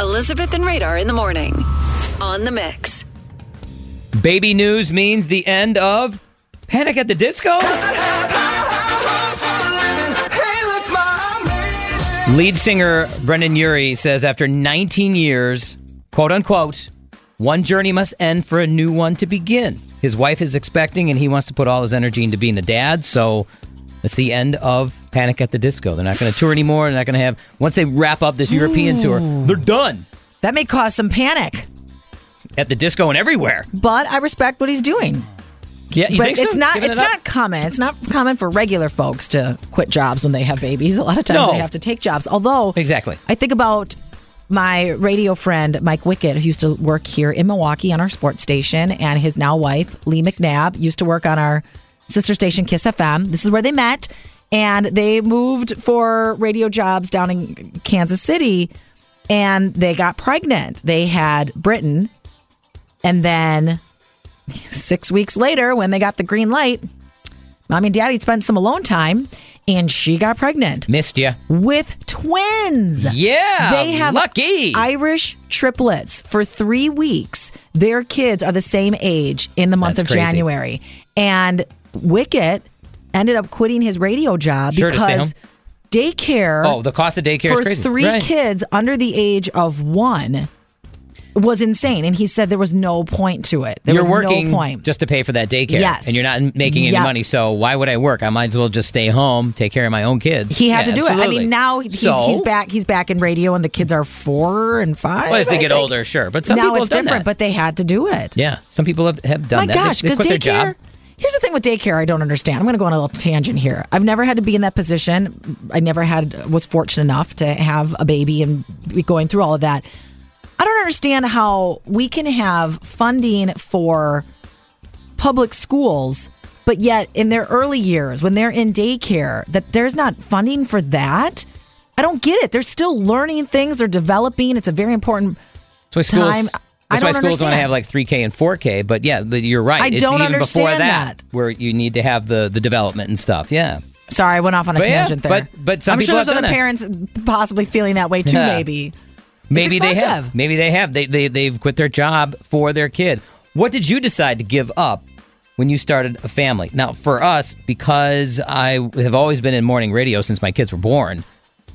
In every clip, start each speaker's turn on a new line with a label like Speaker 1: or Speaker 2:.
Speaker 1: Elizabeth and Radar in the morning on the mix.
Speaker 2: Baby news means the end of Panic at the Disco. Lead singer Brendan Urie says after 19 years, quote unquote, one journey must end for a new one to begin. His wife is expecting and he wants to put all his energy into being a dad, so it's the end of Panic at the Disco. They're not going to tour anymore. They're not going to have, once they wrap up this European tour, they're done
Speaker 3: That may cause some panic,
Speaker 2: at the disco and everywhere.
Speaker 3: but I respect what he's doing.
Speaker 2: Yeah, you
Speaker 3: but
Speaker 2: think so?
Speaker 3: it's not
Speaker 2: Giving
Speaker 3: it's
Speaker 2: it up?
Speaker 3: not common. It's not common for regular folks to quit jobs when they have babies. A lot of times
Speaker 2: No.
Speaker 3: they have to take jobs. Although
Speaker 2: Exactly.
Speaker 3: I think about my radio friend Mike Wickett, who used to work here in Milwaukee on our sports station, and his now wife Lee McNabb used to work on our sister station Kiss FM. This is where they met, and they moved for radio jobs down in Kansas City, and they got pregnant. They had Britain, and then six weeks later, when they got the green light, mommy and daddy spent some alone time, and she got pregnant
Speaker 2: Missed you.
Speaker 3: with twins.
Speaker 2: Yeah.
Speaker 3: They have
Speaker 2: lucky.
Speaker 3: Irish triplets for three weeks. Their kids are the same age in the month
Speaker 2: That's
Speaker 3: of
Speaker 2: crazy.
Speaker 3: January. And Wicket ended up quitting his radio job
Speaker 2: Sure, to stay
Speaker 3: because daycare
Speaker 2: oh, the cost of daycare
Speaker 3: for
Speaker 2: is crazy.
Speaker 3: three
Speaker 2: Right.
Speaker 3: kids under the age of one was insane. And he said there was no point to it. There
Speaker 2: you're
Speaker 3: was
Speaker 2: working
Speaker 3: no point.
Speaker 2: just to pay for that daycare.
Speaker 3: Yes.
Speaker 2: And you're not making any
Speaker 3: Yep.
Speaker 2: money, so why would I work? I might as well just stay home, take care of my own kids.
Speaker 3: he had
Speaker 2: Yeah,
Speaker 3: to do it. I
Speaker 2: absolutely.
Speaker 3: mean, now he's,
Speaker 2: So-
Speaker 3: he's back. He's back in radio, and the kids are four and five.
Speaker 2: Well, as they
Speaker 3: I
Speaker 2: get
Speaker 3: think.
Speaker 2: older, sure. But some
Speaker 3: now
Speaker 2: people
Speaker 3: it's
Speaker 2: have done
Speaker 3: different,
Speaker 2: that.
Speaker 3: but they had to do it.
Speaker 2: yeah, some people have, have done
Speaker 3: My
Speaker 2: that. They-
Speaker 3: gosh,
Speaker 2: they,
Speaker 3: because
Speaker 2: quit their job.
Speaker 3: daycare. Here's the thing with daycare I don't understand. I'm going to go on a little tangent here. I've never had to be in that position. I never had was fortunate enough to have a baby and be going through all of that. I don't understand how we can have funding for public schools but yet in their early years when they're in daycare that there's not funding for that. I don't get it. They're still learning things, they're developing. It's a very important
Speaker 2: That's why schools,
Speaker 3: time.
Speaker 2: That's
Speaker 3: I
Speaker 2: why
Speaker 3: don't
Speaker 2: schools want to
Speaker 3: understand.
Speaker 2: have like 3K and 4K. But yeah, the- you're right.
Speaker 3: I
Speaker 2: it's
Speaker 3: don't
Speaker 2: even before
Speaker 3: understand
Speaker 2: that,
Speaker 3: that.
Speaker 2: where you need to have the, the development and stuff. Yeah.
Speaker 3: Sorry, I went off on a
Speaker 2: But yeah,
Speaker 3: tangent there.
Speaker 2: but- but some
Speaker 3: I'm
Speaker 2: people
Speaker 3: sure
Speaker 2: have
Speaker 3: there's other
Speaker 2: done that.
Speaker 3: parents possibly feeling that way too.
Speaker 2: Yeah.
Speaker 3: Maybe
Speaker 2: Maybe they have.
Speaker 3: expensive.
Speaker 2: Maybe they have. They, they they've quit their job for their kid. What did you decide to give up when you started a family? Now, for us, because I have always been in morning radio since my kids were born,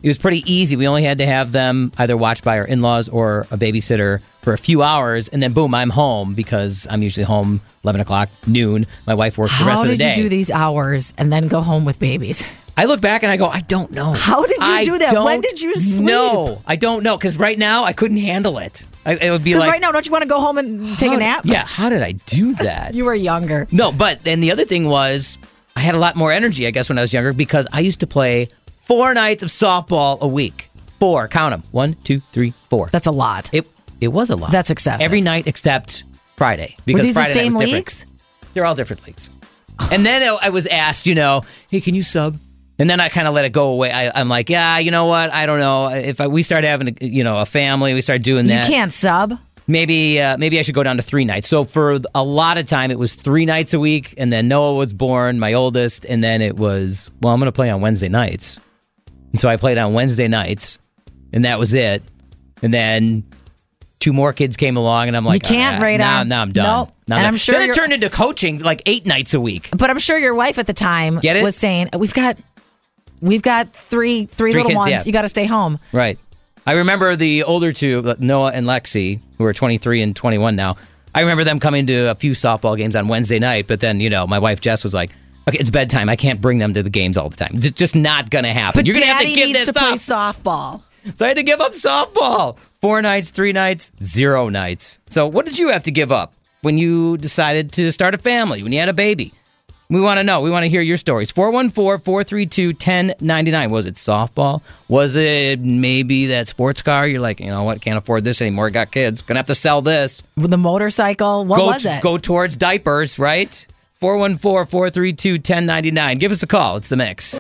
Speaker 2: it was pretty easy. We only had to have them either watched by our in-laws or a babysitter for a few hours, and then boom, I'm home because I'm usually home eleven o'clock noon. My wife works the
Speaker 3: how
Speaker 2: rest of the
Speaker 3: did
Speaker 2: day.
Speaker 3: you do these hours and then go home with babies?
Speaker 2: I look back and I go, I don't know.
Speaker 3: How did you
Speaker 2: I
Speaker 3: do that? When
Speaker 2: don't
Speaker 3: did you sleep?
Speaker 2: know. I don't know because right now I couldn't handle it. I, it would be
Speaker 3: Because
Speaker 2: like
Speaker 3: right now, don't you want to go home and take
Speaker 2: how did-
Speaker 3: a nap?
Speaker 2: Yeah, how did I do that?
Speaker 3: you were younger.
Speaker 2: no, but and the other thing was I had a lot more energy, I guess, when I was younger because I used to play four nights of softball a week. Four, count them. One, two, three, four.
Speaker 3: That's a lot.
Speaker 2: it. It was a lot.
Speaker 3: That's excessive.
Speaker 2: Every night except Friday
Speaker 3: were
Speaker 2: because
Speaker 3: these
Speaker 2: Friday
Speaker 3: the same
Speaker 2: night was different.
Speaker 3: leagues?
Speaker 2: They're all different leagues. And then I- I was asked, you know, hey, can you sub? And then I kind of let it go away. I, I'm like, yeah, you know what? I don't know. If I, we start having, a, you know, a family, we start doing that
Speaker 3: You can't sub.
Speaker 2: maybe uh, maybe I should go down to three nights. So for a lot of time, it was three nights a week, and then Noah was born, my oldest, and then it was well, I'm going to play on Wednesday nights, and so I played on Wednesday nights, and that was it, and then. Two more kids came along, and I'm like,
Speaker 3: can't,
Speaker 2: right now.
Speaker 3: Radar.
Speaker 2: Now I'm done.
Speaker 3: Nope.
Speaker 2: Now
Speaker 3: And
Speaker 2: done.
Speaker 3: I'm sure
Speaker 2: Then it
Speaker 3: you're-
Speaker 2: turned into coaching, like eight nights a week.
Speaker 3: But I'm sure your wife at the time
Speaker 2: Get it?
Speaker 3: was saying, "We've got, we've got three, three
Speaker 2: Three
Speaker 3: little
Speaker 2: kids,
Speaker 3: ones.
Speaker 2: yeah.
Speaker 3: You got to stay home."
Speaker 2: Right. I remember the older two, Noah and Lexi, who are 23 and 21 now. I remember them coming to a few softball games on Wednesday night, but then, you know, my wife Jess was like, okay, it's bedtime. I can't bring them to the games all the time. It's just not going to happen.
Speaker 3: But
Speaker 2: You're going to have to
Speaker 3: daddy
Speaker 2: give
Speaker 3: needs
Speaker 2: this
Speaker 3: to
Speaker 2: up.
Speaker 3: play softball.
Speaker 2: so I had to give up softball. Four nights, three nights, zero nights. So what did you have to give up when you decided to start a family, when you had a baby? We want to know. We want to hear your stories. 414 432 1099. Was it softball? Was it maybe that sports car? You're like, you know what? Can't afford this anymore. Got kids. Gonna have to sell this.
Speaker 3: The motorcycle. What
Speaker 2: go,
Speaker 3: was it?
Speaker 2: go towards diapers, right? 414 432 1099. Give us a call. It's the mix.